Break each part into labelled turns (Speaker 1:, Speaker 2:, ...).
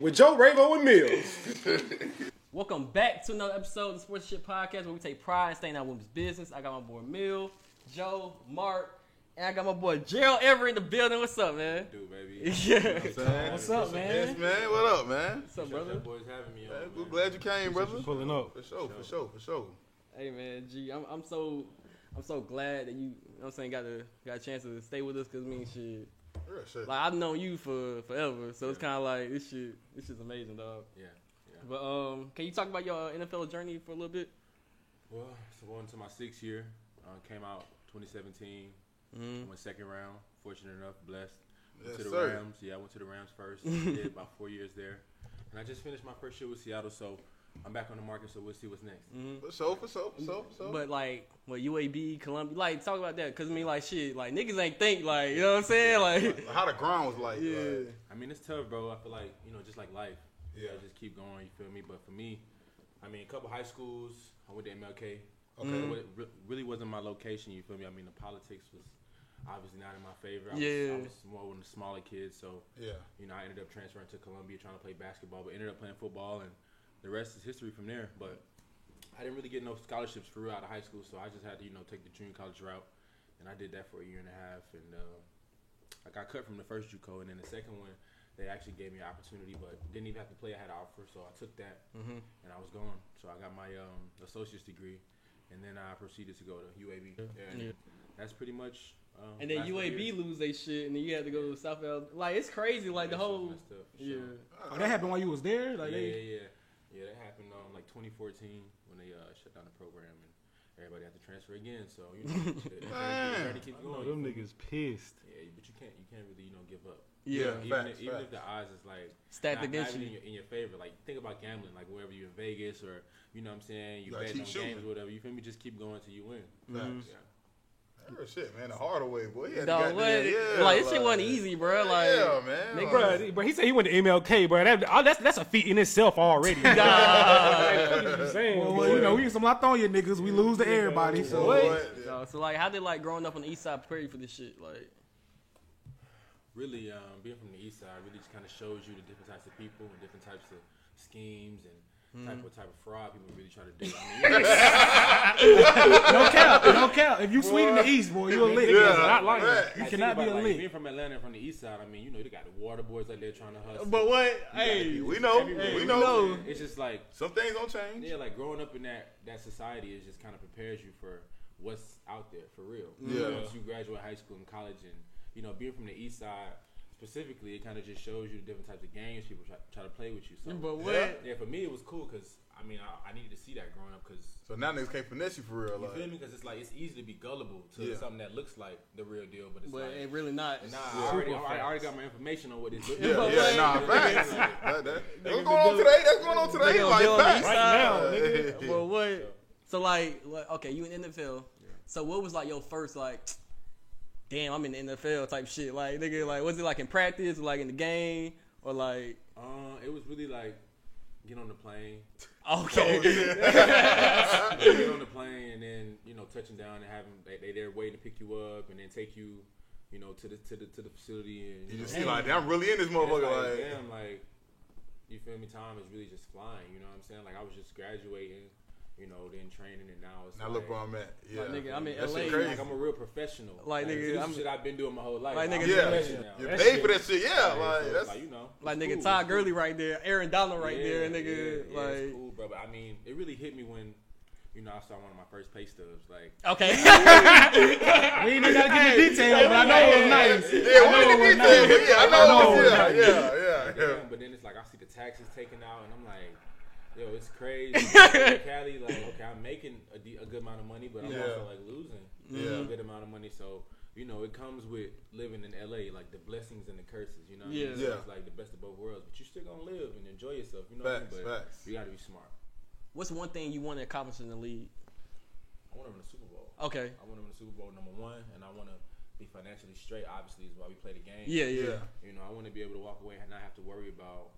Speaker 1: with Joe Ravo and Mills.
Speaker 2: Welcome back to another episode of the Sports Shit Podcast where we take pride in staying out women's business. I got my boy Mill, Joe, Mark, and I got my boy Gerald Everett in the building. What's up, man?
Speaker 3: Dude, baby.
Speaker 2: Yeah.
Speaker 3: What's
Speaker 4: What's up, man?
Speaker 3: Yes, man. What up, man?
Speaker 2: What's up,
Speaker 3: Brother.
Speaker 2: brother?
Speaker 3: That boy's having me
Speaker 4: Hey,
Speaker 3: on.
Speaker 4: We're
Speaker 3: man.
Speaker 4: glad you came, brother.
Speaker 3: pulling up.
Speaker 4: For sure, for sure, for sure.
Speaker 2: Hey man, G, I'm I'm so I'm so glad that you, you know what I'm saying got a got a chance to stay with us because I mean shit.
Speaker 4: Real shit.
Speaker 2: Like I've known you for forever, so it's kind of like this shit. This shit's amazing, dog.
Speaker 3: Yeah.
Speaker 2: But um, can you talk about your uh, NFL journey for a little bit?
Speaker 3: Well, so going to my sixth year. Uh, came out 2017. Went second round. Fortunate enough, blessed. Went
Speaker 4: Yes,
Speaker 3: to the
Speaker 4: sir.
Speaker 3: Rams. Yeah, I went to the Rams first. did about four years there, and I just finished my first year with Seattle. So I'm back on the market. So we'll see what's next.
Speaker 4: For sure, for sure, for sure, for sure.
Speaker 2: But like, what UAB, Columbia, like talk about that because I mean like shit, like niggas ain't think like you know what I'm saying like.
Speaker 4: Like, how the ground was like.
Speaker 2: Yeah.
Speaker 4: like,
Speaker 3: I mean, it's tough, bro. I feel like you know, just like life. You
Speaker 4: Yeah.
Speaker 3: gotta just keep going. You feel me? But for me, I mean, a couple high schools. I went to MLK. Okay. It re- really wasn't my location. You feel me? I mean, the politics was obviously not in my favor. I was,
Speaker 2: Yeah.
Speaker 3: I was more one of the smaller kids, so
Speaker 4: yeah.
Speaker 3: you know, I ended up transferring to Columbia, trying to play basketball, but ended up playing football, and the rest is history from there. But I didn't really get no scholarships for real out of high school, so I just had to, you know, take the junior college route, and I did that for a year and a half, and uh, I got cut from the first JUCO, and then the second one, they actually gave me an opportunity, but didn't even have to play. I had an offer, so I took that,
Speaker 2: Mm-hmm.
Speaker 3: and I was gone. So I got my um, associate's degree, and then I proceeded to go to UAB. Yeah, and
Speaker 2: Yeah.
Speaker 3: That's pretty much. Um,
Speaker 2: And then
Speaker 3: last four
Speaker 2: UAB
Speaker 3: years.
Speaker 2: lose they shit, and then you had to go to South L. Like it's crazy, like the
Speaker 3: That's
Speaker 2: whole
Speaker 3: messed up, for
Speaker 2: yeah.
Speaker 3: sure.
Speaker 4: Oh,
Speaker 5: that happened while you was there. Like,
Speaker 3: yeah,
Speaker 5: they-
Speaker 3: yeah, yeah, yeah. That happened um, like 2014 when they uh, shut down the program and everybody had to transfer again. So you know, shit, you gotta keep
Speaker 5: I know
Speaker 3: going.
Speaker 5: Oh, them niggas pissed.
Speaker 3: Yeah, but you can't, you can't really, you know, give up.
Speaker 2: Yeah.
Speaker 4: Yeah.
Speaker 3: even,
Speaker 4: facts,
Speaker 3: if, even if
Speaker 4: facts.
Speaker 3: the odds is like
Speaker 2: Stacked
Speaker 3: not- not
Speaker 2: against
Speaker 3: even
Speaker 2: you.
Speaker 3: in your, in your favor. Like think about gambling, like wherever you're in Vegas or you know what I'm saying, you
Speaker 4: Gotta
Speaker 3: bet
Speaker 4: keep
Speaker 3: on
Speaker 4: shooting.
Speaker 3: games or whatever. You feel me? Just keep going till you win.
Speaker 4: Facts.
Speaker 3: Yeah.
Speaker 4: Real shit, man. The harder way, boy. You had to
Speaker 2: Dog,
Speaker 4: goddamn-
Speaker 2: what?
Speaker 4: yeah,
Speaker 2: like this shit wasn't easy, bro. Like
Speaker 4: yeah, man.
Speaker 2: nigga,
Speaker 4: like,
Speaker 5: Bruh, but he said he went to MLK, bro. That, oh, that's that's a feat in itself already. well, well, you know, we some Latonia niggas. We lose to everybody. So
Speaker 4: boy,
Speaker 5: what?
Speaker 4: yeah.
Speaker 2: Dog, so like, how did like growing up on the East Side prepare you for this shit? Like,
Speaker 3: really um, being from the east side really just kind of shows you the different types of people and different types of schemes and type of type of fraud people really try to do. I mean, you know,
Speaker 5: no cap, no cap. If you sweet in the East, boy, you a lick.
Speaker 4: Yeah,
Speaker 5: It's not like
Speaker 4: right.
Speaker 5: that. You
Speaker 3: I think
Speaker 5: cannot be
Speaker 3: about,
Speaker 5: a
Speaker 3: like,
Speaker 5: lick.
Speaker 3: Being from Atlanta, and from the east side, I mean, you know, they got the water boys out there trying to hustle.
Speaker 4: But what? Hey,
Speaker 3: Hey,
Speaker 4: we know. we know.
Speaker 3: it's just like
Speaker 4: Some things don't change.
Speaker 3: yeah, like growing up in that that society is just kind of prepares you for what's out there for real.
Speaker 4: Yeah.
Speaker 3: Once you graduate high school and college, and you know, being from the east side specifically, it kind of just shows you the different types of games people try, try to play with you. So
Speaker 2: but what?
Speaker 4: Yeah.
Speaker 3: yeah, for me it was cool because I mean I, I needed to see that growing up because
Speaker 4: So now niggas can't finesse you for real.
Speaker 3: you feel
Speaker 4: Like,
Speaker 3: me? Because it's like it's easy to be gullible to
Speaker 4: Yeah.
Speaker 3: something that looks like the real deal, but it's
Speaker 2: But
Speaker 3: like
Speaker 2: it really not.
Speaker 3: Nah, I already, I already- I already got my information on what this.
Speaker 4: yeah,
Speaker 2: But
Speaker 4: yeah,
Speaker 2: what?
Speaker 4: nah, facts.
Speaker 3: Yeah.
Speaker 4: That- that- That's going on today. That's going on today.
Speaker 2: Nigga,
Speaker 4: Like,
Speaker 2: Bill on the
Speaker 4: facts.
Speaker 2: East Side.
Speaker 5: Right now,
Speaker 4: nigga.
Speaker 2: Well, what? So like, like, okay, you in NFL. So what was like your first like? Damn, I'm in the NFL type shit. Like nigga, like was it like in practice, or, like in the game, or like?
Speaker 3: Uh, it was really like get on the plane,
Speaker 2: Okay,
Speaker 3: get on the plane, and then you know touching down and having they they there waiting to pick you up and then take you, you know to the to the to the facility and
Speaker 4: You
Speaker 3: know,
Speaker 4: just see like, I'm really in this
Speaker 3: And it's
Speaker 4: motherfucker.
Speaker 3: like,
Speaker 4: Like,
Speaker 3: damn, like, you feel me? Time is really just flying. You know what I'm saying? Like, I was just graduating, you know, then training, and now it's
Speaker 4: Now
Speaker 3: like,
Speaker 4: look where I'm at. Yeah,
Speaker 2: nigga, I'm in
Speaker 4: That shit
Speaker 2: LA.
Speaker 4: Crazy.
Speaker 3: like I'm a real professional.
Speaker 2: Like, nigga,
Speaker 3: this is
Speaker 2: I'm-
Speaker 3: shit I've been doing my whole life.
Speaker 2: Like,
Speaker 3: I'm
Speaker 2: nigga,
Speaker 3: a
Speaker 4: yeah,
Speaker 3: professional now.
Speaker 4: you
Speaker 3: Like,
Speaker 4: paid for that shit. Yeah,
Speaker 3: so
Speaker 4: like
Speaker 3: it's
Speaker 4: that's
Speaker 3: like, you know,
Speaker 2: like
Speaker 3: it's
Speaker 2: nigga
Speaker 3: cool,
Speaker 2: Todd
Speaker 3: it's cool.
Speaker 2: Gurley right there, Aaron Donald right
Speaker 3: Yeah,
Speaker 2: there,
Speaker 3: yeah,
Speaker 2: nigga.
Speaker 3: yeah,
Speaker 2: like
Speaker 3: it's cool, bro. But I mean, it really hit me when, you know, I saw one of my first pay stubs. Like,
Speaker 2: okay,
Speaker 5: We ain't even gotta get into detail, but I know it was nice.
Speaker 4: yeah,
Speaker 5: I know
Speaker 4: what
Speaker 5: it was
Speaker 4: did
Speaker 5: nice.
Speaker 4: they Yeah, I know.
Speaker 5: I know.
Speaker 4: Yeah, yeah, yeah.
Speaker 3: damn, but then it's like I see the taxes taken out, and I'm like, yo, it's crazy. Like, Cali, like, okay, I'm making a, de- a good amount of money, but I'm
Speaker 4: Yeah.
Speaker 3: also like losing
Speaker 4: Yeah.
Speaker 3: a good amount of money. So you know, it comes with living in LA, like the blessings and the curses. You know, what I mean?
Speaker 2: Yeah.
Speaker 3: So
Speaker 4: Yeah.
Speaker 3: it's like the best of both worlds. But you still gonna live and enjoy yourself. You know,
Speaker 4: Facts,
Speaker 3: what I mean? but
Speaker 4: facts.
Speaker 3: you gotta be smart.
Speaker 2: what's one thing you want to accomplish in the league?
Speaker 3: I want to win the Super Bowl.
Speaker 2: Okay,
Speaker 3: I want to win the Super Bowl number one, and I want to be financially straight. Obviously, is why we play the game.
Speaker 2: yeah, yeah.
Speaker 4: Yeah.
Speaker 3: You know, I want to be able to walk away and not have to worry about,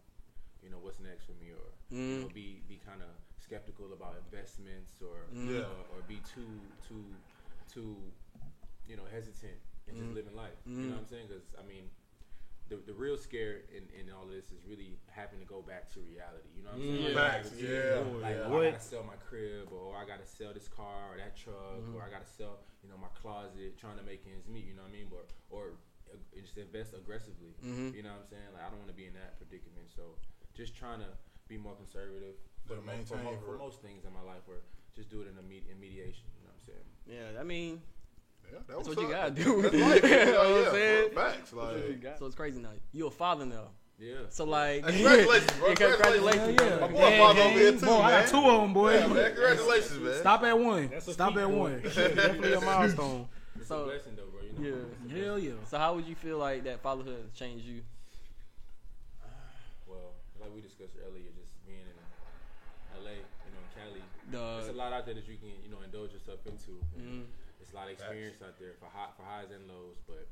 Speaker 3: you know, what's next for me or you
Speaker 2: Mm.
Speaker 3: know, be be kind of skeptical about investments or
Speaker 2: Mm.
Speaker 4: Yeah.
Speaker 3: or, or be too too
Speaker 2: Mm.
Speaker 3: too, you know, hesitant in just living life. You know what I'm saying? Because I mean, the, the real scare in, in all of this is really having to go back to reality. You know what I'm
Speaker 2: Mm.
Speaker 3: saying?
Speaker 2: Yeah.
Speaker 4: Facts,
Speaker 3: Like,
Speaker 4: yeah.
Speaker 3: Like,
Speaker 5: Yeah.
Speaker 3: oh, I
Speaker 5: What?
Speaker 3: gotta sell my crib, or I gotta sell this car, or that truck,
Speaker 2: Mm-hmm.
Speaker 3: or I gotta sell, you know, my closet, trying to make ends meet. You know what I mean? But or uh, just invest aggressively.
Speaker 2: Mhm.
Speaker 3: You know what I'm saying? Like, I don't want to be in that predicament. So, just trying to be more conservative
Speaker 4: But
Speaker 3: for, the mo- for,
Speaker 4: maintain
Speaker 3: mo-
Speaker 4: it.
Speaker 3: for most things in my life, or just do it in, a med- in mediation. You know what I'm saying?
Speaker 2: Yeah, I mean,
Speaker 4: Yeah, that
Speaker 2: that's
Speaker 4: was
Speaker 2: what you gotta
Speaker 4: up.
Speaker 2: do.
Speaker 4: That's
Speaker 2: you know
Speaker 4: life.
Speaker 2: what
Speaker 4: Yeah,
Speaker 2: I'm
Speaker 4: yeah,
Speaker 2: saying?
Speaker 4: Facts, like.
Speaker 2: So it's crazy now. You a father now.
Speaker 3: Yeah.
Speaker 2: So like,
Speaker 4: Congratulations, bro.
Speaker 2: Yeah,
Speaker 5: Hell
Speaker 2: congratulations.
Speaker 5: yeah.
Speaker 4: My boy
Speaker 5: Dang,
Speaker 4: Bob over here
Speaker 5: gang.
Speaker 4: too,
Speaker 5: Boy, I got
Speaker 4: man.
Speaker 5: two of them, boy.
Speaker 4: Yeah, man, congratulations, man.
Speaker 5: Stop at one.
Speaker 1: That's a
Speaker 5: Stop
Speaker 1: feat,
Speaker 5: at
Speaker 1: boy.
Speaker 5: one. Definitely a milestone.
Speaker 3: It's
Speaker 2: So-
Speaker 3: a blessing though, bro. You know.
Speaker 2: Yeah.
Speaker 3: It's a
Speaker 5: Hell yeah.
Speaker 2: So how would you feel like that fatherhood has changed you?
Speaker 3: blessing. Well, like we discussed earlier, just being in LA, you know, Cali. There's a
Speaker 2: The
Speaker 3: lot out there that you can, you know, indulge yourself into.
Speaker 2: mm,
Speaker 3: It's a lot of experience out there for high, for highs and lows, but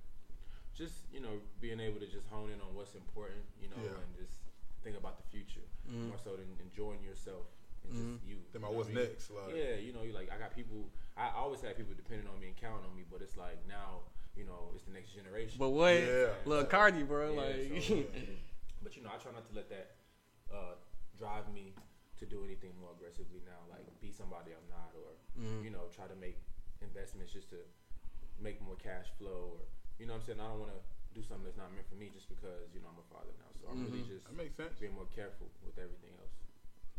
Speaker 3: just you know, being able to just hone in on what's important, you know,
Speaker 4: Yeah.
Speaker 3: and just think about the future
Speaker 2: mm,
Speaker 3: more so than enjoying yourself and just you.
Speaker 4: Then
Speaker 3: you
Speaker 4: my
Speaker 3: know
Speaker 4: what's
Speaker 3: what I mean?
Speaker 4: next? Like,
Speaker 3: Yeah, you know, you like I got people. I always had people depending on me and counting on me, but it's like now, you know, it's the next generation.
Speaker 2: but what,
Speaker 4: Yeah.
Speaker 2: Lil Cardi, bro?
Speaker 3: Yeah,
Speaker 2: like,
Speaker 3: so, but you know, I try not to let that uh, drive me to do anything more aggressively now, like be somebody I'm not, or
Speaker 2: Mhm.
Speaker 3: you know, try to make investments just to make more cash flow, or you know, what I'm saying I don't want to do something that's not meant for me just because you know I'm a father now. So I'm really just
Speaker 4: that makes sense.
Speaker 3: being more careful with everything else.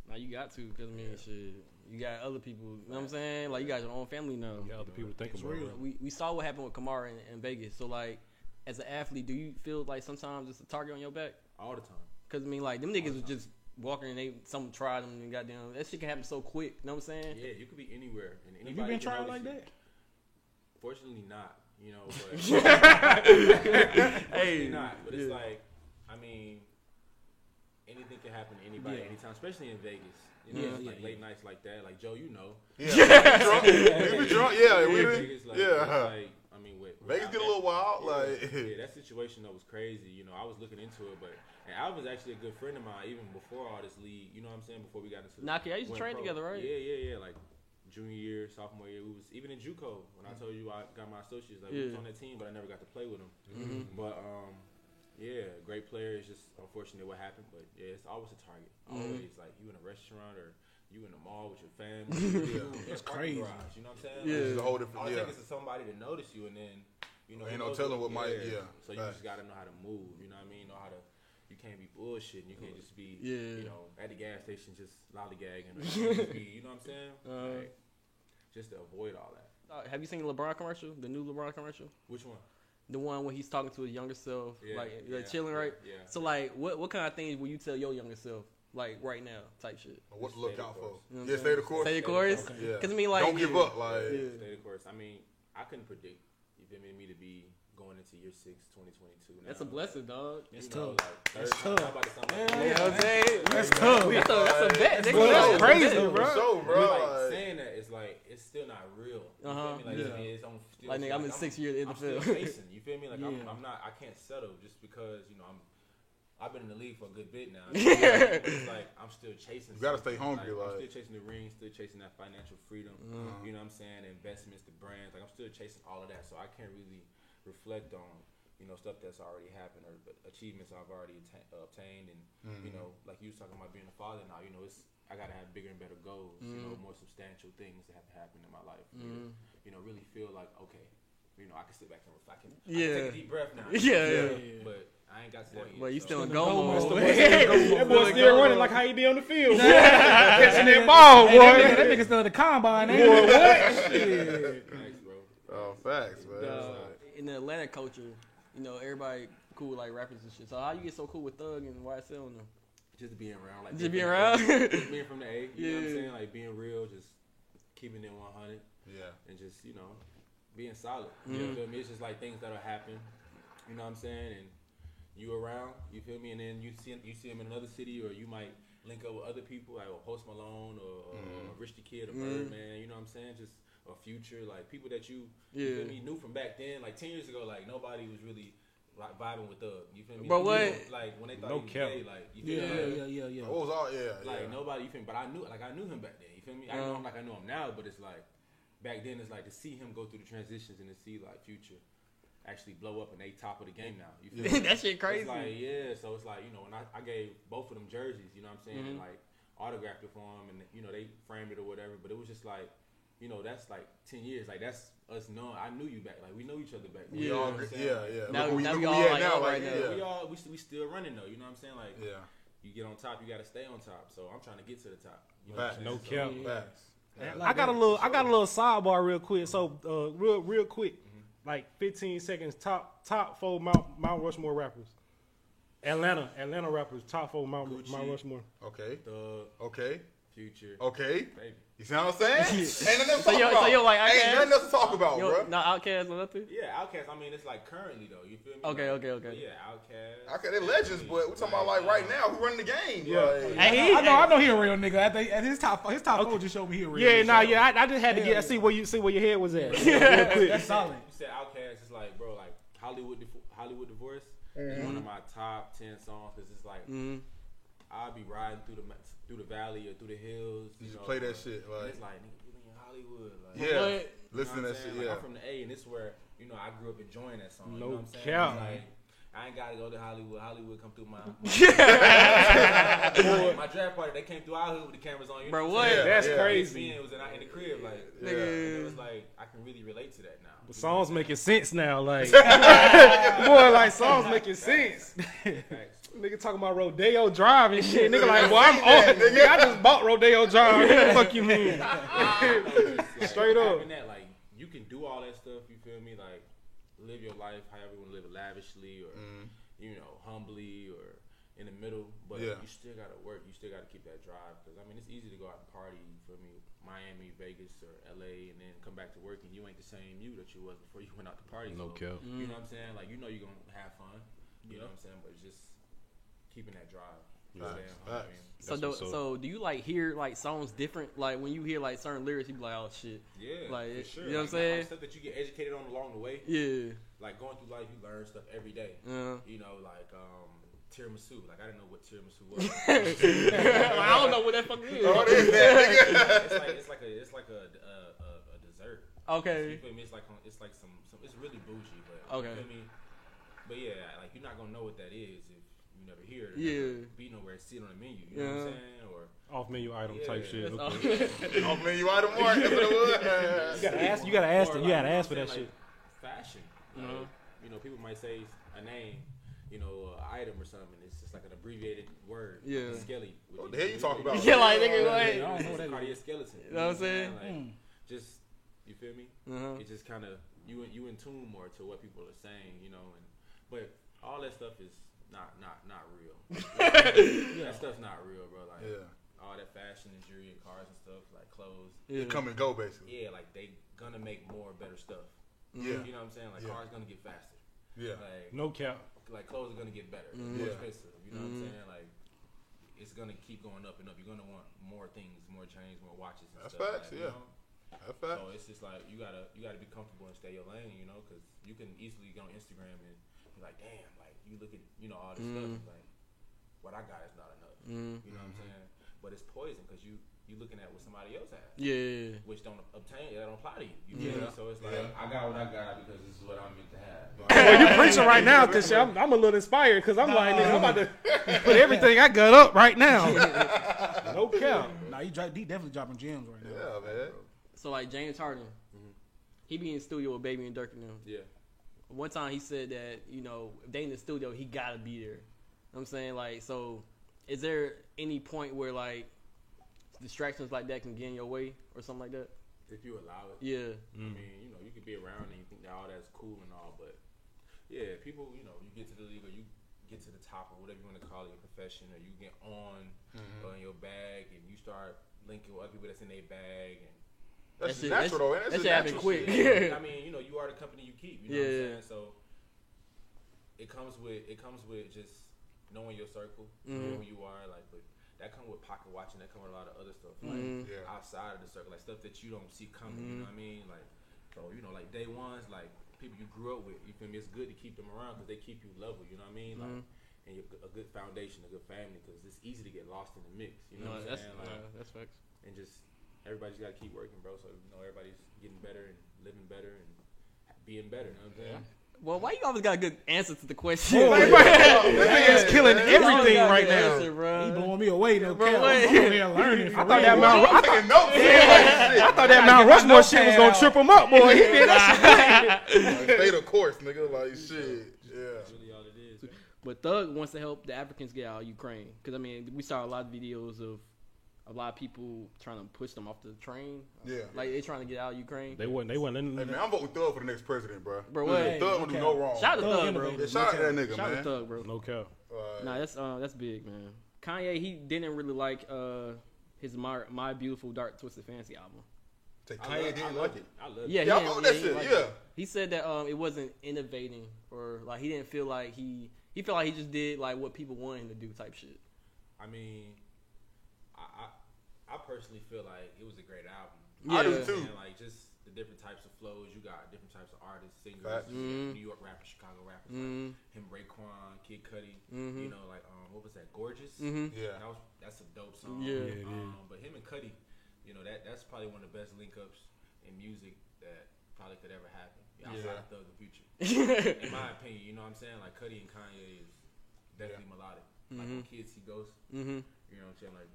Speaker 2: now you got to, cause I mean, shit, you got other people. You know what I'm saying? Like, you got your own family now.
Speaker 1: You got other people to think about.
Speaker 5: real.
Speaker 1: bro.
Speaker 2: We we saw what happened with Kamara in, in Vegas. So like, as an athlete, do you feel like sometimes it's a target on your back?
Speaker 3: All the time.
Speaker 2: Cause I mean, like, them niggas
Speaker 3: the
Speaker 2: was just walking and they some tried them and goddamn that shit can happen so quick. You know what I'm saying?
Speaker 3: Yeah, you could be anywhere. And
Speaker 5: Have you
Speaker 3: anybody
Speaker 5: been
Speaker 3: can
Speaker 5: trying
Speaker 3: notice
Speaker 5: like
Speaker 3: you.
Speaker 5: that?
Speaker 3: Fortunately, not. You know, but
Speaker 2: Hey,
Speaker 3: Definitely not. But it's
Speaker 2: yeah.
Speaker 3: like, I mean, anything can happen to anybody
Speaker 5: Yeah.
Speaker 3: anytime, especially in Vegas. You know,
Speaker 2: Yeah,
Speaker 3: it's
Speaker 2: yeah,
Speaker 3: like
Speaker 2: yeah.
Speaker 3: late nights like that. Like Joe, you know,
Speaker 4: Yeah, yeah. drunk. we be drunk. Yeah, we be.
Speaker 3: Vegas, like,
Speaker 4: yeah.
Speaker 3: it's like, I mean, with,
Speaker 4: Vegas get
Speaker 3: without
Speaker 4: a
Speaker 3: that-
Speaker 4: little wild.
Speaker 3: yeah,
Speaker 4: Like,
Speaker 3: yeah, that situation though was crazy. You know, I was looking into it, but and Alvin's actually a good friend of mine even before all this league. You know what I'm saying? Before we got into
Speaker 2: Nah, 'cause y'all used to
Speaker 3: went
Speaker 2: train
Speaker 3: pro.
Speaker 2: together, right?
Speaker 3: Yeah, yeah, yeah. Like junior year, sophomore year, we was even in JUCO. When I told you I got my associates, like we
Speaker 2: Yeah.
Speaker 3: was
Speaker 2: Mm-hmm.
Speaker 3: on that team, but I never got to play with them.
Speaker 4: Mm-hmm.
Speaker 3: But um, yeah, great player. It's just unfortunate what happened, but yeah, it's always a target.
Speaker 2: Mm-hmm.
Speaker 3: Always like you in a restaurant or you in the mall with your family. you in a
Speaker 5: It's crazy.
Speaker 3: parking garage, you know what I'm saying?
Speaker 2: Yeah.
Speaker 4: it's a whole
Speaker 3: All
Speaker 4: different.
Speaker 3: it
Speaker 4: Yeah.
Speaker 3: takes is somebody to notice you, and then you know
Speaker 4: Ain't no
Speaker 3: who knows
Speaker 4: telling
Speaker 3: what-
Speaker 4: what might- yeah,
Speaker 3: So you
Speaker 4: facts.
Speaker 3: just gotta know how to move. You know what I mean? Know how to. You can't be bullshitting. You can't just be.
Speaker 2: Yeah.
Speaker 3: You know, at the gas station just lollygagging. Or you, can't just be, you know what I'm saying?
Speaker 2: Uh.
Speaker 3: Like, just to avoid all that.
Speaker 2: Uh, have you seen the LeBron commercial? The new LeBron commercial?
Speaker 3: Which one?
Speaker 2: The one where he's talking to his younger self,
Speaker 3: Yeah,
Speaker 2: like
Speaker 3: yeah,
Speaker 2: like chilling,
Speaker 3: yeah,
Speaker 2: right?
Speaker 3: yeah.
Speaker 2: So like, what what kind of things will you tell your younger self, like right now, type shit?
Speaker 4: What's to look out for?
Speaker 2: You know what
Speaker 4: Yeah,
Speaker 2: I'm
Speaker 4: stay the
Speaker 2: saying?
Speaker 4: course.
Speaker 2: Stay the course.
Speaker 4: Yeah.
Speaker 2: Because I mean, like,
Speaker 4: don't give
Speaker 2: yeah.
Speaker 4: up. Like,
Speaker 2: Yeah.
Speaker 3: Stay the course. I mean, I couldn't predict. You feel me? Me to be going into year six, 2022. Now.
Speaker 2: That's a blessing, dog.
Speaker 3: You
Speaker 5: It's
Speaker 3: know,
Speaker 5: tough.
Speaker 3: Like,
Speaker 5: It's
Speaker 3: third-
Speaker 5: tough.
Speaker 3: about to sound like-
Speaker 5: Yeah,
Speaker 2: You know what I'm saying?
Speaker 5: That's tough.
Speaker 2: That's a, that's a bet. nigga.
Speaker 5: Bro, that's
Speaker 2: That's a
Speaker 5: crazy,
Speaker 2: bet.
Speaker 5: though, bro.
Speaker 4: For sure,
Speaker 3: But, like,
Speaker 4: bro. Like,
Speaker 3: saying that, it's like it's still not real. You
Speaker 2: Uh-huh.
Speaker 3: feel me? Like,
Speaker 5: Yeah.
Speaker 3: it's- it's on- still-
Speaker 2: Like, nigga, I'm in
Speaker 3: like,
Speaker 2: sixth year in the
Speaker 3: I'm still
Speaker 2: NFL.
Speaker 3: chasing. You feel me? Like I'm,
Speaker 5: Yeah.
Speaker 3: I'm not. I can't settle just because you know I'm. I've been in the league for a good bit now.
Speaker 2: Yeah.
Speaker 3: It's like I'm still chasing.
Speaker 4: You gotta stay
Speaker 3: something.
Speaker 4: hungry,
Speaker 3: I'm
Speaker 4: like-
Speaker 3: still chasing the ring, still chasing that financial freedom.
Speaker 2: Mm.
Speaker 3: You know what I'm saying? The investments, the brands. Like I'm still chasing all of that. So I can't really reflect on you know stuff that's already happened or but achievements I've already atta- uh, obtained. And
Speaker 2: Mm-hmm.
Speaker 3: you know, like you was talking about being a father now. You know, it's I gotta have bigger and better goals. You
Speaker 2: Mm.
Speaker 3: know, more substantial things that have to happen in my life. for me to, You know, really feel like okay. You know, I can sit back and reflect. I can, I can
Speaker 2: Yeah.
Speaker 3: take a deep breath now.
Speaker 2: Yeah, yeah.
Speaker 3: But I ain't got to that yet.
Speaker 2: Well, you
Speaker 3: so-
Speaker 2: still in
Speaker 5: the
Speaker 2: go
Speaker 5: go
Speaker 2: mode.
Speaker 5: mode.
Speaker 1: That boy still running like how he be on the field. bro. Catching that
Speaker 5: nigga-
Speaker 1: ball,
Speaker 5: Hey, that, nigga,
Speaker 1: boy.
Speaker 5: that nigga still at the combine, ain't boy, what?
Speaker 3: Thanks, bro.
Speaker 4: oh, facts, man.
Speaker 2: Uh,
Speaker 4: Like,
Speaker 2: in the Atlanta culture, you know, everybody cool with, like rappers and shit. So how you get so cool with Thug and YSL and them?
Speaker 3: Just being around, like
Speaker 2: Just being
Speaker 3: from the
Speaker 2: around?
Speaker 3: A, just being from the A, you know what
Speaker 2: Yeah.
Speaker 3: I'm saying? Like being real, just keeping it 100,
Speaker 4: yeah.
Speaker 3: and just you know, being solid. You know, feel
Speaker 2: Mm-hmm.
Speaker 3: me? It's just like things that'll happen. You know what I'm saying? And you around, you feel me? And then you see you see them in another city, or you might link up with other people, like Post Malone or, or
Speaker 5: Mm-hmm.
Speaker 3: Rich the Kid or
Speaker 2: Mm-hmm.
Speaker 3: Birdman. You know what I'm saying? Just a future, like people that you, you
Speaker 2: Yeah.
Speaker 3: feel me, knew from back then. Like ten years ago, like nobody was really. Like vibing with Thug, you feel me?
Speaker 2: Bro, what?
Speaker 3: Like when they thought
Speaker 1: No
Speaker 3: he was
Speaker 1: cap.
Speaker 3: gay, like you feel
Speaker 5: Yeah,
Speaker 3: me?
Speaker 5: yeah, yeah, yeah, yeah.
Speaker 4: What was all? Yeah,
Speaker 3: Like
Speaker 4: yeah. Mm.
Speaker 3: nobody, you feel me? But I knew, like I knew him back then. You feel me? I know
Speaker 2: Uh-huh.
Speaker 3: him like I know him now, but it's like back then. It's like to see him go through the transitions and to see like Future actually blow up and they top of the game now. You feel me?
Speaker 2: that shit crazy.
Speaker 3: It's like, yeah, so it's like, you know, and I, I gave both of them jerseys, you know what I'm saying?
Speaker 4: Mm-hmm.
Speaker 3: And like autographed it for them and, you know, they framed it or whatever. But it was just like, you know, that's like 10 years. Like, that's us knowing. I knew you back. Like, we know each other back. then,
Speaker 4: We
Speaker 3: you know
Speaker 4: all,
Speaker 3: what I'm
Speaker 4: gr-
Speaker 3: saying?
Speaker 4: yeah, yeah.
Speaker 2: Now-
Speaker 4: look where
Speaker 2: now
Speaker 4: we,
Speaker 2: we
Speaker 4: look
Speaker 2: all
Speaker 4: where we at
Speaker 2: like
Speaker 4: now,
Speaker 2: up
Speaker 4: like,
Speaker 2: right
Speaker 4: yeah.
Speaker 2: now.
Speaker 3: We all, we, st- we still running though, you know what I'm saying? Like,
Speaker 4: yeah.
Speaker 3: you get on top, you got to stay on top. So I'm trying to get to the top. You know
Speaker 4: Facts.
Speaker 3: what
Speaker 4: No
Speaker 3: I'm
Speaker 1: cap.
Speaker 3: saying? So,
Speaker 4: Facts. Yeah.
Speaker 5: I got a little I got a little sidebar real quick. So uh, real real quick, like 15 seconds. Top top four Mount Mount Rushmore rappers. Atlanta Atlanta rappers. Top four Mount,
Speaker 3: Gucci.
Speaker 5: Mount Rushmore.
Speaker 4: Okay.
Speaker 3: Thug,
Speaker 4: Okay.
Speaker 3: uh, future,
Speaker 4: Okay.
Speaker 3: baby.
Speaker 4: You see what I'm saying? Ain't nothing else to
Speaker 2: So
Speaker 4: talk
Speaker 2: yo- so
Speaker 4: about.
Speaker 2: yo, like, I
Speaker 4: Ain't
Speaker 2: can't-
Speaker 4: nothing else to talk about,
Speaker 2: Yo,
Speaker 4: bro.
Speaker 2: no outcast or nothing.
Speaker 3: Yeah, Outcast. I mean, it's like currently though. You feel me?
Speaker 2: Okay,
Speaker 3: Like,
Speaker 2: okay, okay.
Speaker 3: Yeah, Outcast.
Speaker 4: Okay, they're legends, but we're talking about like right now, who running the game? Yeah.
Speaker 2: Hey, he-
Speaker 5: I know
Speaker 2: hey.
Speaker 5: I know he a real nigga. I think at his top his top four just showed me he a real.
Speaker 1: Yeah,
Speaker 5: nigga.
Speaker 1: nah, yeah. I, I just had to
Speaker 5: Hell
Speaker 1: get. I see where you see where your head was at.
Speaker 5: that's solid.
Speaker 3: You said Outcast is like, bro, like Hollywood, Div- Hollywood Divorce
Speaker 4: Mm-hmm.
Speaker 3: is one of my top ten songs because it's like
Speaker 2: Mhm.
Speaker 3: I'll be riding through the ma- through the valley or through the hills.
Speaker 4: You
Speaker 3: You,
Speaker 4: just
Speaker 3: know,
Speaker 4: play that
Speaker 3: and
Speaker 4: shit,
Speaker 3: it's
Speaker 4: like,
Speaker 3: like nigga, you in Hollywood. Like,
Speaker 4: yeah.
Speaker 3: you know
Speaker 2: But-
Speaker 4: Listen to
Speaker 3: what I'm
Speaker 4: that
Speaker 3: saying?
Speaker 4: shit,
Speaker 3: Like,
Speaker 4: yeah.
Speaker 3: I'm from the A, and it's where you know I grew up enjoying that song. you
Speaker 1: No
Speaker 3: know what I'm saying?
Speaker 1: cap.
Speaker 3: It's Like, I ain't gotta go to Hollywood. Hollywood come through my my, my draft party. They came through our hood with the cameras on. You
Speaker 2: Bro,
Speaker 3: know
Speaker 2: what?
Speaker 4: Yeah.
Speaker 1: That's
Speaker 3: It
Speaker 1: crazy.
Speaker 3: was in, in the crib, like,
Speaker 4: Yeah.
Speaker 3: and it
Speaker 2: Nigga.
Speaker 3: was like I can really relate to that now.
Speaker 1: The songs making sense now, like boy, like songs making sense.
Speaker 3: Facts.
Speaker 1: Nigga talking about Rodeo Drive and shit. Nigga like, well, I'm on. Nigga, I just bought Rodeo Drive. What the fuck you mean?
Speaker 3: Like,
Speaker 1: Straight up.
Speaker 3: having That, like you can do all that stuff. You feel me? Like live your life however you want to live it, lavishly or
Speaker 4: Mm-hmm.
Speaker 3: you know humbly or in the middle. But
Speaker 4: Yeah.
Speaker 3: you still gotta work. You still gotta keep that drive because I mean it's easy to go out and party. You feel me? Miami, Vegas, or LA, and then come back to work and you ain't the same you that you was before you went out to party.
Speaker 6: No
Speaker 3: So,
Speaker 6: cap.
Speaker 2: Mm.
Speaker 3: You know what I'm saying? Like you know you're gonna have fun. You know what I'm saying? But it's just keeping that drive. You
Speaker 4: Facts,
Speaker 3: staying
Speaker 4: facts.
Speaker 3: hungry.
Speaker 2: So,
Speaker 6: That's
Speaker 2: do,
Speaker 6: what's up.
Speaker 2: so do you like hear like songs different? Like when you hear like certain lyrics, you be like, oh shit.
Speaker 3: Yeah,
Speaker 2: Like,
Speaker 3: for
Speaker 2: it-
Speaker 3: sure.
Speaker 2: you know what I'm
Speaker 3: Like, like
Speaker 2: saying?
Speaker 3: Stuff that you get educated on along the way.
Speaker 2: Yeah.
Speaker 3: Like going through life, you learn stuff every day.
Speaker 2: Uh.
Speaker 3: You know, like um, tiramisu. Like I didn't know what tiramisu was.
Speaker 2: I don't know what that fuck is.
Speaker 4: What Oh, is that, nigga?
Speaker 3: it's like it's like a it's like a a, a, a dessert. You
Speaker 2: Okay.
Speaker 3: feel me? It's like it's like some, some it's really bougie, but
Speaker 2: Okay.
Speaker 3: You feel me? But yeah, like you're not gonna know what that is if you never hear it. or
Speaker 2: Yeah.
Speaker 3: never Be nowhere, see it on the menu. You know what I'm
Speaker 2: Yeah.
Speaker 3: saying? Or
Speaker 1: Off menu item type
Speaker 3: Yeah.
Speaker 1: shit.
Speaker 2: That's all.
Speaker 1: Okay.
Speaker 4: Oh man, you out of mark. That's what it was.
Speaker 5: You gotta ask. You gotta ask.
Speaker 3: Or,
Speaker 5: them, You
Speaker 3: like,
Speaker 5: gotta
Speaker 3: know
Speaker 5: ask for
Speaker 3: what I'm
Speaker 5: that
Speaker 3: saying,
Speaker 5: shit.
Speaker 3: like, Fashion.
Speaker 2: Uh-huh.
Speaker 3: Like, You know, people might say a name, you know, a item or something. It's just like an abbreviated word.
Speaker 2: Yeah.
Speaker 3: It's Skelly.
Speaker 4: What the hell Oh, you talking about?
Speaker 2: Yeah, like nigga,
Speaker 3: I
Speaker 2: like.
Speaker 3: don't know that cardiac skeleton. You
Speaker 2: know what I'm saying?
Speaker 4: Hmm.
Speaker 3: Like, Just you feel me?
Speaker 2: Uh-huh.
Speaker 3: It's just kind of you in- you in tune more to what people are saying, you know. And but all that stuff is not not not real. That stuff's not real, bro. Like
Speaker 4: Yeah.
Speaker 3: all that fashion and jewelry and cars and stuff, like clothes.
Speaker 2: Yeah.
Speaker 4: Come and go, basically.
Speaker 3: Yeah, like they gonna make more better stuff.
Speaker 4: Yeah.
Speaker 3: You know what I'm saying? Like
Speaker 4: Yeah.
Speaker 3: cars gonna get faster.
Speaker 4: Yeah.
Speaker 3: Like
Speaker 1: No cap.
Speaker 3: like clothes are gonna get better, more
Speaker 4: Yeah.
Speaker 3: expensive. You know what I'm saying? Like it's gonna keep going up and up. You're gonna want more things, more chains, more watches. And
Speaker 4: That's
Speaker 3: stuff.
Speaker 4: facts,
Speaker 3: like,
Speaker 4: yeah.
Speaker 3: You know?
Speaker 4: That's
Speaker 3: So
Speaker 4: fact.
Speaker 3: it's just like you gotta you gotta be comfortable and stay your lane, you know, because you can easily go on Instagram and be like, damn, like you look at you know all this stuff, it's like what I got is not enough. You know what I'm saying? But it's poison because you you looking at what somebody else has
Speaker 2: Yeah.
Speaker 3: which don't obtain that don't apply to you. you yeah. So it's like I got what I got because this is what I'm meant to have.
Speaker 1: Well, you preaching right now, cause I'm, I'm a little inspired, cause I'm like, nigga, I'm about to put everything I got up right now. no cap.
Speaker 5: Nah, he, dri- he definitely dropping gems right now.
Speaker 4: Yeah, man.
Speaker 2: So like James Harden, he be in the studio with Baby and Dirk and them.
Speaker 3: yeah.
Speaker 2: One time he said that you know if they in the studio, he gotta be there. You know what I'm saying like so, is there any point where like distractions like that can get in your way or something like that?
Speaker 3: If you allow it.
Speaker 2: Yeah.
Speaker 3: I mean, you know, you could be around and you think that all that's cool and all, but yeah, people, you know, you get to the league or you get to the top or whatever you want to call it, your profession, or you get on on your bag and you start linking with other people that's in their bag and
Speaker 4: That's
Speaker 2: shit-
Speaker 4: just natural, though. ain't
Speaker 2: That,
Speaker 4: That's
Speaker 2: shit
Speaker 4: just
Speaker 2: happened
Speaker 4: natural.
Speaker 2: quick.
Speaker 3: shit. I mean, you know, you are the company you keep. You know
Speaker 2: Yeah.
Speaker 3: what I'm saying? So it comes with it comes with just knowing your circle,
Speaker 2: Mm-hmm.
Speaker 3: knowing who you are, like but that come with pocket watching, that come with a lot of other stuff. Like
Speaker 2: Mm-hmm.
Speaker 4: Yeah.
Speaker 3: outside of the circle, like stuff that you don't see coming, you know what I mean? Like so, you know, like day ones, like people you grew up with, you feel me? It's good to keep them around because they keep you level, you know what I mean? Like
Speaker 2: Mm-hmm.
Speaker 3: and you a good foundation, a good family, because it's easy to get lost in the mix. You know
Speaker 2: No,
Speaker 3: what I'm
Speaker 2: that's
Speaker 3: saying?
Speaker 2: uh,
Speaker 3: Like,
Speaker 2: that's facts.
Speaker 3: and just everybody's got to keep working, bro. So you know everybody's getting better and living better and being better. You know what I'm saying?
Speaker 2: Well, why you always got a good answer to the question?
Speaker 1: Right, right. That nigga is killing everything right now.
Speaker 6: He
Speaker 2: bro.
Speaker 6: blowing me away, no
Speaker 2: Uh, Bro,
Speaker 6: cap.
Speaker 2: wait.
Speaker 6: I'm over here learning. For
Speaker 1: I thought
Speaker 6: real.
Speaker 1: that Mount, I thought,
Speaker 4: Taking notes.
Speaker 1: I thought that Mount Rushmore shit was gonna trip him up, boy. He did that shit.
Speaker 4: Stay the course, nigga. Like shit. Yeah.
Speaker 3: Really, all it is.
Speaker 2: But Thug wants to help the Africans get out of Ukraine because I mean we saw a lot of videos of a lot of people trying to push them off the train.
Speaker 4: Yeah.
Speaker 2: like they trying to get out of Ukraine.
Speaker 5: They wasn't. They wasn't.
Speaker 4: Hey man, I'm voting Thug for the next president, bro.
Speaker 2: Bro, what?
Speaker 4: Thug will do no wrong.
Speaker 2: Shout out to
Speaker 6: Thug
Speaker 2: Thug, bro.
Speaker 6: innovator.
Speaker 4: Yeah, shout out to that nigga,
Speaker 2: Shout out to
Speaker 4: man.
Speaker 2: Thug, bro.
Speaker 5: no cap.
Speaker 4: Alright.
Speaker 2: Nah, that's uh, that's big, man. Kanye he didn't really like uh his my my beautiful dark twisted fantasy album.
Speaker 4: Take
Speaker 3: I love,
Speaker 4: Kanye
Speaker 3: I
Speaker 4: didn't
Speaker 3: love
Speaker 4: like
Speaker 3: it.
Speaker 4: it.
Speaker 3: I love
Speaker 2: Yeah,
Speaker 4: Yeah, I
Speaker 2: he,
Speaker 4: vote
Speaker 2: didn't,
Speaker 4: that
Speaker 2: he didn't
Speaker 4: shit.
Speaker 2: like
Speaker 4: Yeah.
Speaker 2: it. he said that um it wasn't innovating or like he didn't feel like he he felt like he just did like what people wanted him to do type shit.
Speaker 3: I mean, I, I I personally feel like it was a great album.
Speaker 4: I do
Speaker 2: Yeah.
Speaker 4: too.
Speaker 3: And like just the different types of flows you got, different types of artists, singers,
Speaker 4: Facts.
Speaker 3: you got New York rappers, Chicago rappers,
Speaker 2: Mm.
Speaker 3: like him, Raekwon, Kid Cudi.
Speaker 2: Mhm.
Speaker 3: You know, like um, what was that? Gorgeous.
Speaker 2: Mhm.
Speaker 4: Yeah.
Speaker 3: That was that's a dope song.
Speaker 2: Yeah. Yeah,
Speaker 5: it
Speaker 3: um, but him and Cudi, you know that that's probably one of the best link ups in music that probably could ever happen outside of Thug and Future.
Speaker 2: Mm-hmm.
Speaker 3: in my opinion, you know what I'm saying? Like Cudi and Kanye is definitely melodic. Like when kids see ghosts,
Speaker 2: mm-hmm.
Speaker 3: you know what I'm saying? Like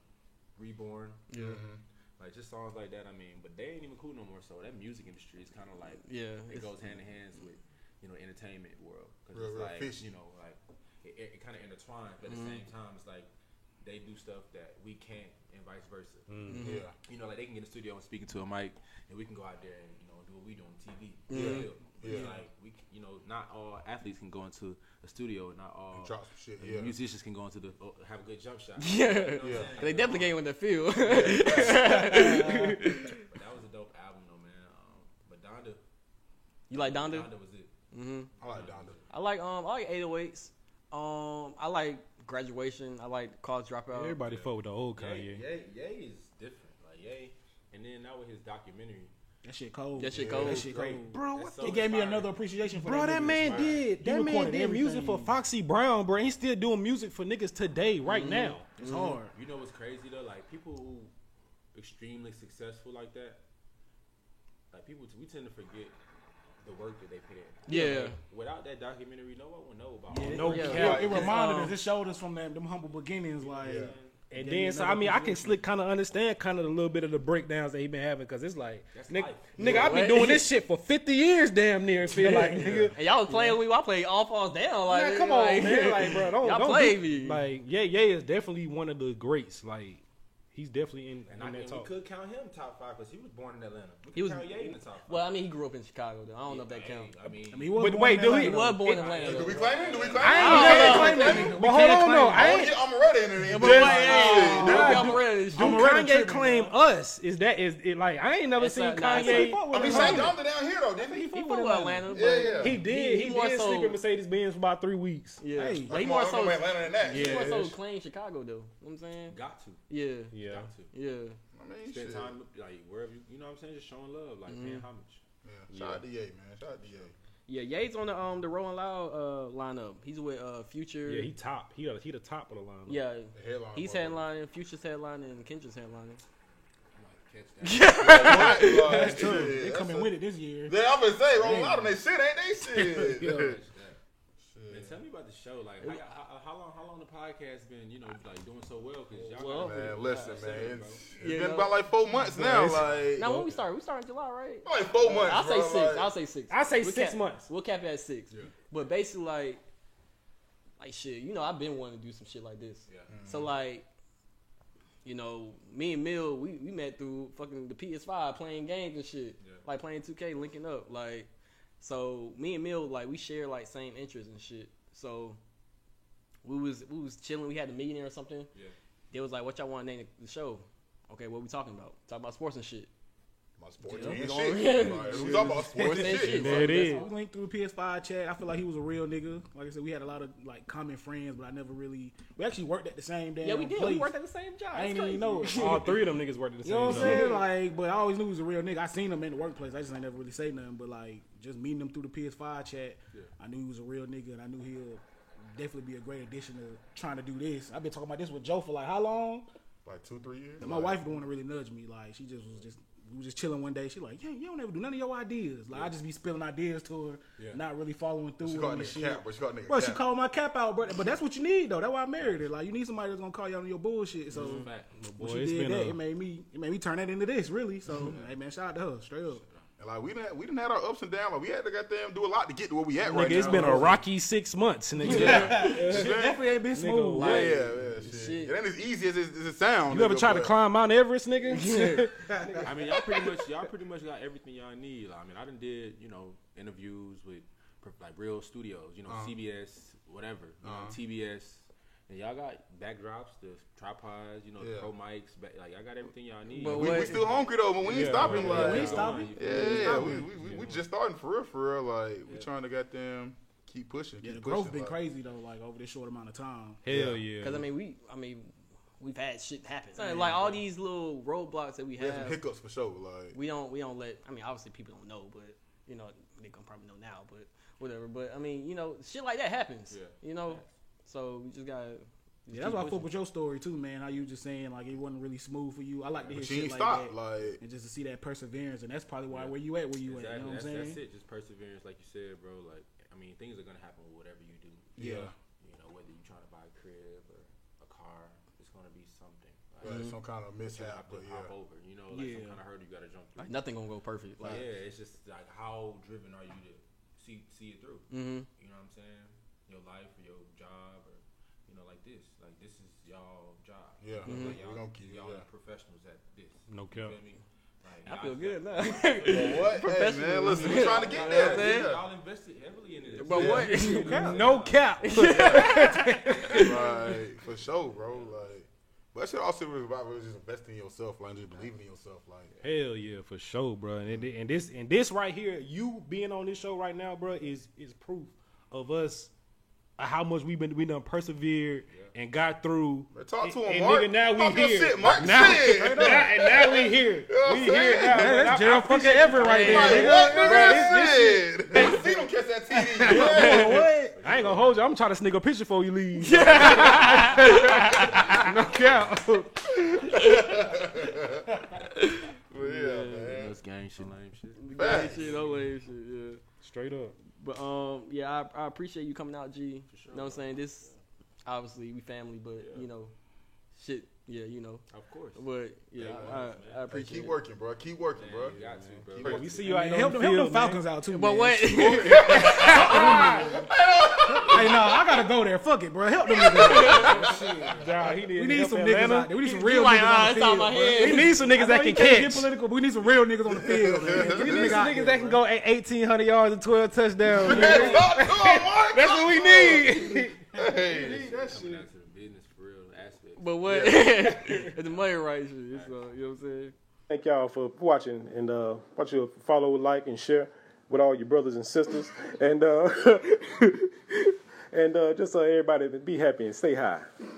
Speaker 3: Reborn.
Speaker 2: Yeah.
Speaker 4: Mm-hmm.
Speaker 3: Like just songs like that, I mean, but they ain't even cool no more. So that music industry is kind of like
Speaker 2: Yeah,
Speaker 3: it
Speaker 2: it's-
Speaker 3: goes hand in hand with you know entertainment world because
Speaker 4: Real,
Speaker 3: it's
Speaker 4: real
Speaker 3: like
Speaker 4: fishy.
Speaker 3: you know like it, it, it kind of intertwines, but at the same
Speaker 2: Mm-hmm.
Speaker 3: time it's like they do stuff that we can't and vice versa.
Speaker 2: Mm-hmm.
Speaker 4: Yeah.
Speaker 3: You know, like they can get in the studio and speaking to a mic, and we can go out there and you know do what we do on TV.
Speaker 4: Yeah.
Speaker 3: Yeah.
Speaker 4: Yeah.
Speaker 3: Like we, c- you know, not all athletes can go into a studio, and not all
Speaker 4: Drop some shit.
Speaker 3: and
Speaker 4: Yeah.
Speaker 3: musicians can go into the oh, have a good jump shot.
Speaker 2: Yeah.
Speaker 4: Yeah.
Speaker 2: They definitely came with the feel.
Speaker 3: But that was a dope album, though, man. Um, but Donda,
Speaker 2: you like Donda?
Speaker 3: Donda was it.
Speaker 2: Mm-hmm.
Speaker 4: I like Donda.
Speaker 2: I like um I like 808s. Um I like graduation. I like college dropout.
Speaker 5: Everybody fuck with the old
Speaker 3: Ye,
Speaker 5: Kanye.
Speaker 3: Ye, Ye is different. Like Ye, and then now with his documentary,
Speaker 6: That shit cold.
Speaker 2: That shit cold.
Speaker 6: That shit
Speaker 3: Great.
Speaker 6: cold.
Speaker 5: Bro,
Speaker 3: That's
Speaker 5: what?
Speaker 3: so
Speaker 6: It gave me
Speaker 3: inspiring.
Speaker 6: another appreciation for
Speaker 5: Bro, that man
Speaker 3: inspired.
Speaker 5: did. That
Speaker 6: He
Speaker 5: man
Speaker 6: recorded
Speaker 5: did music for
Speaker 6: everything.
Speaker 5: Foxy Brown, bro. He still doing music for niggas today, right now.
Speaker 6: It's hard.
Speaker 3: You know what's crazy though? Like people who extremely successful like that, like people we tend to forget the work that they put in.
Speaker 2: Yeah.
Speaker 3: Without that documentary, no one would know about. all
Speaker 6: Yeah,
Speaker 3: that.
Speaker 5: No
Speaker 6: it,
Speaker 5: cap.
Speaker 6: it- it
Speaker 2: It's,
Speaker 6: reminded
Speaker 2: um,
Speaker 6: us. It showed us from them, them humble beginnings. Like,
Speaker 4: Yeah.
Speaker 5: And
Speaker 6: Yeah,
Speaker 5: then,
Speaker 6: yeah,
Speaker 5: so
Speaker 6: another
Speaker 5: I mean, I can
Speaker 6: position.
Speaker 5: slick kind of understand kind of a little bit of the breakdowns that he been having because it's like,
Speaker 3: That's
Speaker 5: nigga,
Speaker 3: life.
Speaker 5: nigga
Speaker 2: Yeah,
Speaker 5: I've been
Speaker 2: right?
Speaker 5: doing this shit for fifty years, damn near. It feel like, nigga.
Speaker 2: And y'all was playing with me. I played all falls down. Like
Speaker 5: Man, come on,
Speaker 2: like,
Speaker 5: man. Like, bro, don't,
Speaker 2: y'all
Speaker 5: don't
Speaker 2: play
Speaker 5: do-
Speaker 2: me.
Speaker 5: Like, yeah, yeah, is definitely one of the greats. Like, he's definitely in,
Speaker 3: And I
Speaker 5: in
Speaker 3: mean,
Speaker 5: that
Speaker 3: we
Speaker 5: talk.
Speaker 3: could count him top five because he was born in Atlanta. We could
Speaker 2: He was-
Speaker 3: count Ye in the top five.
Speaker 2: well, I mean, he grew up in Chicago. Though I don't know if that
Speaker 3: Hey,
Speaker 2: counts.
Speaker 3: I mean,
Speaker 6: I mean, he was
Speaker 5: But
Speaker 6: born
Speaker 5: wait,
Speaker 6: in
Speaker 5: do he-
Speaker 2: He
Speaker 6: Atlanta,
Speaker 2: was
Speaker 6: though.
Speaker 2: born in
Speaker 4: Do we
Speaker 2: Atlanta.
Speaker 4: claim it? Do we claim it?
Speaker 5: I ain't never
Speaker 6: no, no,
Speaker 5: claimed
Speaker 6: no.
Speaker 5: it.
Speaker 6: We
Speaker 5: But hold
Speaker 6: can't
Speaker 5: on, no,
Speaker 6: claim it.
Speaker 5: I
Speaker 4: Oh,
Speaker 5: ain't.
Speaker 4: yeah, I'm ready. nigga.
Speaker 6: but wait,
Speaker 4: Yeah.
Speaker 6: oh,
Speaker 5: nah,
Speaker 2: Nah,
Speaker 5: I
Speaker 2: y'all
Speaker 5: do-
Speaker 2: ready to
Speaker 5: Do
Speaker 2: shoot.
Speaker 6: I'm ready to
Speaker 5: Kanye
Speaker 6: trip,
Speaker 5: claim us? Is that is it like I ain't never
Speaker 2: It's
Speaker 5: seen
Speaker 2: not- nah, it's
Speaker 5: Kanye?
Speaker 6: He fuck with
Speaker 4: I mean,
Speaker 6: them
Speaker 4: Shaq
Speaker 6: homies.
Speaker 4: Donda down here though, didn't he?
Speaker 2: He
Speaker 6: fuck
Speaker 2: full
Speaker 6: with
Speaker 2: Atlanta. but-
Speaker 4: Yeah, yeah.
Speaker 5: He did.
Speaker 2: He
Speaker 5: He,
Speaker 2: more
Speaker 5: did
Speaker 2: so-
Speaker 5: sleep in Mercedes Benz for about three weeks.
Speaker 2: Yeah. But
Speaker 6: Hey.
Speaker 2: he
Speaker 4: Come on,
Speaker 2: more
Speaker 4: I'm from
Speaker 2: so
Speaker 4: Atlanta than that.
Speaker 2: he
Speaker 4: Yeah.
Speaker 2: more
Speaker 5: Yeah,
Speaker 2: so
Speaker 5: it's-
Speaker 2: claim Chicago though. You know what I'm saying?
Speaker 3: got to,
Speaker 2: Yeah.
Speaker 5: Yeah.
Speaker 3: got to.
Speaker 2: Yeah.
Speaker 4: I mean, shit. Mm-hmm.
Speaker 3: Spend time like wherever you, you know what I'm saying, just showing love, like paying homage.
Speaker 4: Yeah. Shout out to Ye, man. Shout out to Ye.
Speaker 2: Yeah, Ye's on the um the Rolling Loud uh lineup. He's with uh Future.
Speaker 5: Yeah, he top. He he the top of the line.
Speaker 2: yeah.
Speaker 4: The headline.
Speaker 2: He's
Speaker 4: motherfucker.
Speaker 2: headlining, Future's headlining, and Kendrick's headlining.
Speaker 3: I'm like, catch that.
Speaker 4: Right, right.
Speaker 6: That's true.
Speaker 4: Yeah,
Speaker 6: They
Speaker 4: that's
Speaker 6: coming
Speaker 4: a-
Speaker 6: with it this year.
Speaker 4: Yeah, I'm gonna say, Rolling Loud and they shit, ain't they shit? Shit.
Speaker 6: Yeah.
Speaker 3: Catch that. Man, tell me about the show. Like, how, how, how long? How long the podcast been? You know, like doing so well because
Speaker 2: Well,
Speaker 3: y'all.
Speaker 4: Man, listen, man. It's, it's
Speaker 2: Yeah,
Speaker 4: been
Speaker 2: no.
Speaker 4: about like four months now. Like,
Speaker 2: Now when we start, we start in July, right?
Speaker 4: like four months.
Speaker 2: I'll say
Speaker 4: bro,
Speaker 2: six.
Speaker 4: like-
Speaker 2: I'll say six.
Speaker 5: I'll say six
Speaker 2: cap,
Speaker 5: months.
Speaker 2: We'll cap it at six. But basically, like, like shit. You know, I've been wanting to do some shit like this.
Speaker 3: Yeah.
Speaker 5: Mm-hmm.
Speaker 2: So like, you know, me and Mill, we, we met through fucking the PS5 playing games and shit.
Speaker 3: Yeah.
Speaker 2: Like playing 2K, linking up. Like, so me and Mill, like, we share like same interests and shit. So we was we was chilling. We had a meeting or something.
Speaker 3: Yeah.
Speaker 2: They was like, "What y'all want to name the show?" Okay, what we talking about? Talk about sports and shit.
Speaker 4: My sports
Speaker 2: Yeah,
Speaker 4: and
Speaker 2: we
Speaker 4: shit.
Speaker 2: gonna-
Speaker 4: Like, we talking about sports and shit.
Speaker 5: There it is.
Speaker 6: So we linked through the PS5 chat. I feel like he was a real nigga. Like I said, we had a lot of like common friends, but I never really. We actually worked at the same damn
Speaker 2: Yeah, we did.
Speaker 6: Place.
Speaker 2: We worked at the same job.
Speaker 6: I
Speaker 2: It's
Speaker 6: ain't even
Speaker 2: crazy.
Speaker 6: know it.
Speaker 5: All three of them niggas worked at the
Speaker 6: You
Speaker 5: same.
Speaker 6: know what I'm
Speaker 5: job.
Speaker 6: saying? Like, but I always knew he was a real nigga. I seen him in the workplace. I just ain't never really say nothing. But like, just meeting him through the PS5 chat, I knew he was a real nigga, and I knew he'll definitely be a great addition to trying to do this. I've been talking about this with Joe for like how long?
Speaker 4: Like two, three years.
Speaker 6: My wife the one to really nudge me. Like, she just was just we was just chilling one day. She like, yeah, you don't ever do none of your ideas. Like I just be spilling ideas to her,
Speaker 3: Yeah.
Speaker 6: not really following through.
Speaker 4: She
Speaker 6: with
Speaker 4: called
Speaker 6: them and
Speaker 4: nigga
Speaker 6: shit.
Speaker 4: cap, but she called nigga
Speaker 6: Bro,
Speaker 4: cap.
Speaker 6: she called my cap out, bro. But that's what you need though. That's why I married her. Like you need somebody that's gonna call you on your bullshit. So
Speaker 4: Mm-hmm.
Speaker 3: Fact.
Speaker 6: when
Speaker 5: Boy,
Speaker 6: she
Speaker 5: it's
Speaker 6: did
Speaker 5: been
Speaker 6: that,
Speaker 5: a-
Speaker 6: it made me it made me turn that into this really. So hey man, shout out to her straight up.
Speaker 4: And like we didn't, we didn't have our ups and downs. Like we had to goddamn do a lot to get to where we at right
Speaker 5: Nigga, it's
Speaker 4: now.
Speaker 5: been a rocky six months, nigga.
Speaker 6: Shit definitely ain't been smooth.
Speaker 4: Yeah, yeah,
Speaker 6: Like,
Speaker 4: yeah, shit.
Speaker 2: Shit.
Speaker 4: It ain't as easy as it, as it sounds.
Speaker 5: You ever
Speaker 4: nigga,
Speaker 5: try to
Speaker 4: but-
Speaker 5: climb Mount Everest, nigga?
Speaker 3: I mean, y'all pretty much y'all pretty much got everything y'all need. Like, I mean, I done did you know interviews with pro- like real studios, you know
Speaker 4: Uh-huh.
Speaker 3: CBS, whatever, you know, TBS, and y'all got backdrops, the tripods, you know, the
Speaker 4: Yeah.
Speaker 3: pro mics, back, like y'all got everything y'all need.
Speaker 2: But
Speaker 4: We, we
Speaker 2: What?
Speaker 4: still hungry though, but we ain't stopping. Like,
Speaker 6: we ain't stopping.
Speaker 4: Yeah, we, we, we, we just starting for real, for real. Like we trying to goddamn keep pushing.
Speaker 6: yeah,
Speaker 4: keep
Speaker 6: the
Speaker 4: pushing,
Speaker 6: growth been
Speaker 4: like.
Speaker 6: crazy though. Like over this short amount of time.
Speaker 5: Hell yeah.
Speaker 2: Because I mean, we, I mean, we've had shit happen. So, like all these little roadblocks that we
Speaker 4: We had some
Speaker 2: have,
Speaker 4: hiccups for sure. Like
Speaker 2: we don't, we don't let. I mean, obviously people don't know, but you know, they gonna probably know now, but whatever. But I mean, you know, shit like that happens.
Speaker 3: Yeah.
Speaker 2: You know, so we just gotta.
Speaker 6: Yeah, that's why I
Speaker 2: pushing.
Speaker 6: fuck with your story too, man. How you just saying like it wasn't really smooth for you. I like to hear
Speaker 4: but she
Speaker 6: shit
Speaker 4: ain't stopped.
Speaker 6: like that. Mm-hmm.
Speaker 4: Like
Speaker 6: and just to see that perseverance, and that's probably why where you at, where you
Speaker 3: exactly.
Speaker 6: at. You know what I'm
Speaker 3: that's,
Speaker 6: saying?
Speaker 3: that's it. Just perseverance, like you said, bro. Like I mean, things are gonna happen with whatever you do.
Speaker 6: Yeah.
Speaker 3: You know, whether you're trying to buy a crib or a car, it's gonna be something.
Speaker 4: like,
Speaker 3: Like,
Speaker 4: some kind of
Speaker 3: You
Speaker 4: mishap,
Speaker 3: have to
Speaker 4: but
Speaker 3: pop
Speaker 4: yeah.
Speaker 3: over. You know, like
Speaker 6: Yeah.
Speaker 3: some kind of hurdle you gotta jump through.
Speaker 2: Like, nothing gonna go perfect. Like,
Speaker 3: yeah, it's just like how driven are you to see see it through?
Speaker 2: hmm
Speaker 6: Mm.
Speaker 3: You know what I'm saying? Your life, or your job, or you know, like this. Like this is y'all job.
Speaker 4: Yeah,
Speaker 6: Mm-hmm.
Speaker 3: Like,
Speaker 4: we
Speaker 3: y'all,
Speaker 4: gonna keep-
Speaker 3: y'all
Speaker 4: yeah.
Speaker 3: are professionals at this.
Speaker 5: No
Speaker 3: You
Speaker 5: cap.
Speaker 3: feel me? Like,
Speaker 2: I
Speaker 3: y'all-
Speaker 2: feel good now.
Speaker 4: But what? Hey man, listen, we trying to get
Speaker 2: I'm
Speaker 4: there.
Speaker 2: saying?
Speaker 4: Yeah.
Speaker 3: Y'all invested heavily in it.
Speaker 2: But what?
Speaker 5: No cap.
Speaker 4: like for sure, bro. Like, but that shit also was about really just investing in yourself, like just believing in yourself, like.
Speaker 5: Hell yeah, for sure, bro. And, it- and this and this right here, you being on this show right now, bro, is is proof of us uh, how much we've been we done persevered and got through.
Speaker 4: Bro, talk to
Speaker 5: And-
Speaker 4: him,
Speaker 5: and
Speaker 4: Mark.
Speaker 5: Nigga, now we
Speaker 4: Talk your
Speaker 5: here.
Speaker 4: shit, Mark.
Speaker 5: Now,
Speaker 4: Shit.
Speaker 5: now- and now we here. we here now.
Speaker 4: That's
Speaker 5: man. I- I
Speaker 1: Gerald fucking
Speaker 5: appreciate-
Speaker 1: Everett right there,
Speaker 4: Like,
Speaker 5: Hey,
Speaker 4: what,
Speaker 5: bro,
Speaker 4: nigga?
Speaker 5: this- this shit-
Speaker 4: Shit. Hey, you don't catch that TV. Yeah.
Speaker 1: what?
Speaker 5: I ain't gonna hold you. I'm trying to sneak a picture before you leave. no cap.
Speaker 4: But yeah, man.
Speaker 3: That's gang shit, lame shit.
Speaker 4: Facts.
Speaker 2: shit, no way, shit, yeah.
Speaker 5: Straight up.
Speaker 2: But um, yeah, I, I appreciate you coming out, G. You know what I'm saying? This, obviously, we family, but you know, shit, yeah, you know.
Speaker 3: Of course.
Speaker 2: But yeah, I, I, I
Speaker 4: Hey,
Speaker 2: appreciate
Speaker 4: keep
Speaker 2: it.
Speaker 4: working, bro. Keep working, bro.
Speaker 3: You got to, bro.
Speaker 4: Keep
Speaker 5: We
Speaker 4: working.
Speaker 5: see you out
Speaker 6: I mean,
Speaker 5: there.
Speaker 6: help
Speaker 5: on
Speaker 6: them,
Speaker 5: the field, man.
Speaker 6: help them Falcons out too.
Speaker 2: But
Speaker 6: man.
Speaker 2: what?
Speaker 6: hey, no, I gotta go there. Fuck it, bro. Help them. niggas. Shit.
Speaker 5: Nah, he
Speaker 6: We
Speaker 5: did
Speaker 6: need
Speaker 5: help
Speaker 6: some niggas
Speaker 5: Atlanta.
Speaker 6: out there. We need some
Speaker 2: You
Speaker 6: real
Speaker 2: like, ah,
Speaker 6: niggas uh, on the
Speaker 2: it's out
Speaker 6: field.
Speaker 2: my
Speaker 6: bro.
Speaker 2: head.
Speaker 5: We need some niggas that
Speaker 6: I know
Speaker 5: can
Speaker 6: you can't get
Speaker 5: catch.
Speaker 6: political, but we need some real niggas on the field.
Speaker 5: We
Speaker 6: man. Get
Speaker 5: need
Speaker 6: niggas
Speaker 5: some
Speaker 6: out
Speaker 5: niggas
Speaker 6: there,
Speaker 5: that can go at 1,800 yards and 12 touchdowns.
Speaker 4: Hey, talk to him, Mark.
Speaker 5: That's what we need.
Speaker 4: Hey,
Speaker 3: Coming down to the business for real aspect.
Speaker 2: but what? it's the money right shit. It's, uh, you know what I'm saying?
Speaker 5: Thank y'all for watching and uh, want you to follow, like, and share with all your brothers and sisters. And uh, and uh, just so everybody to be happy and stay high.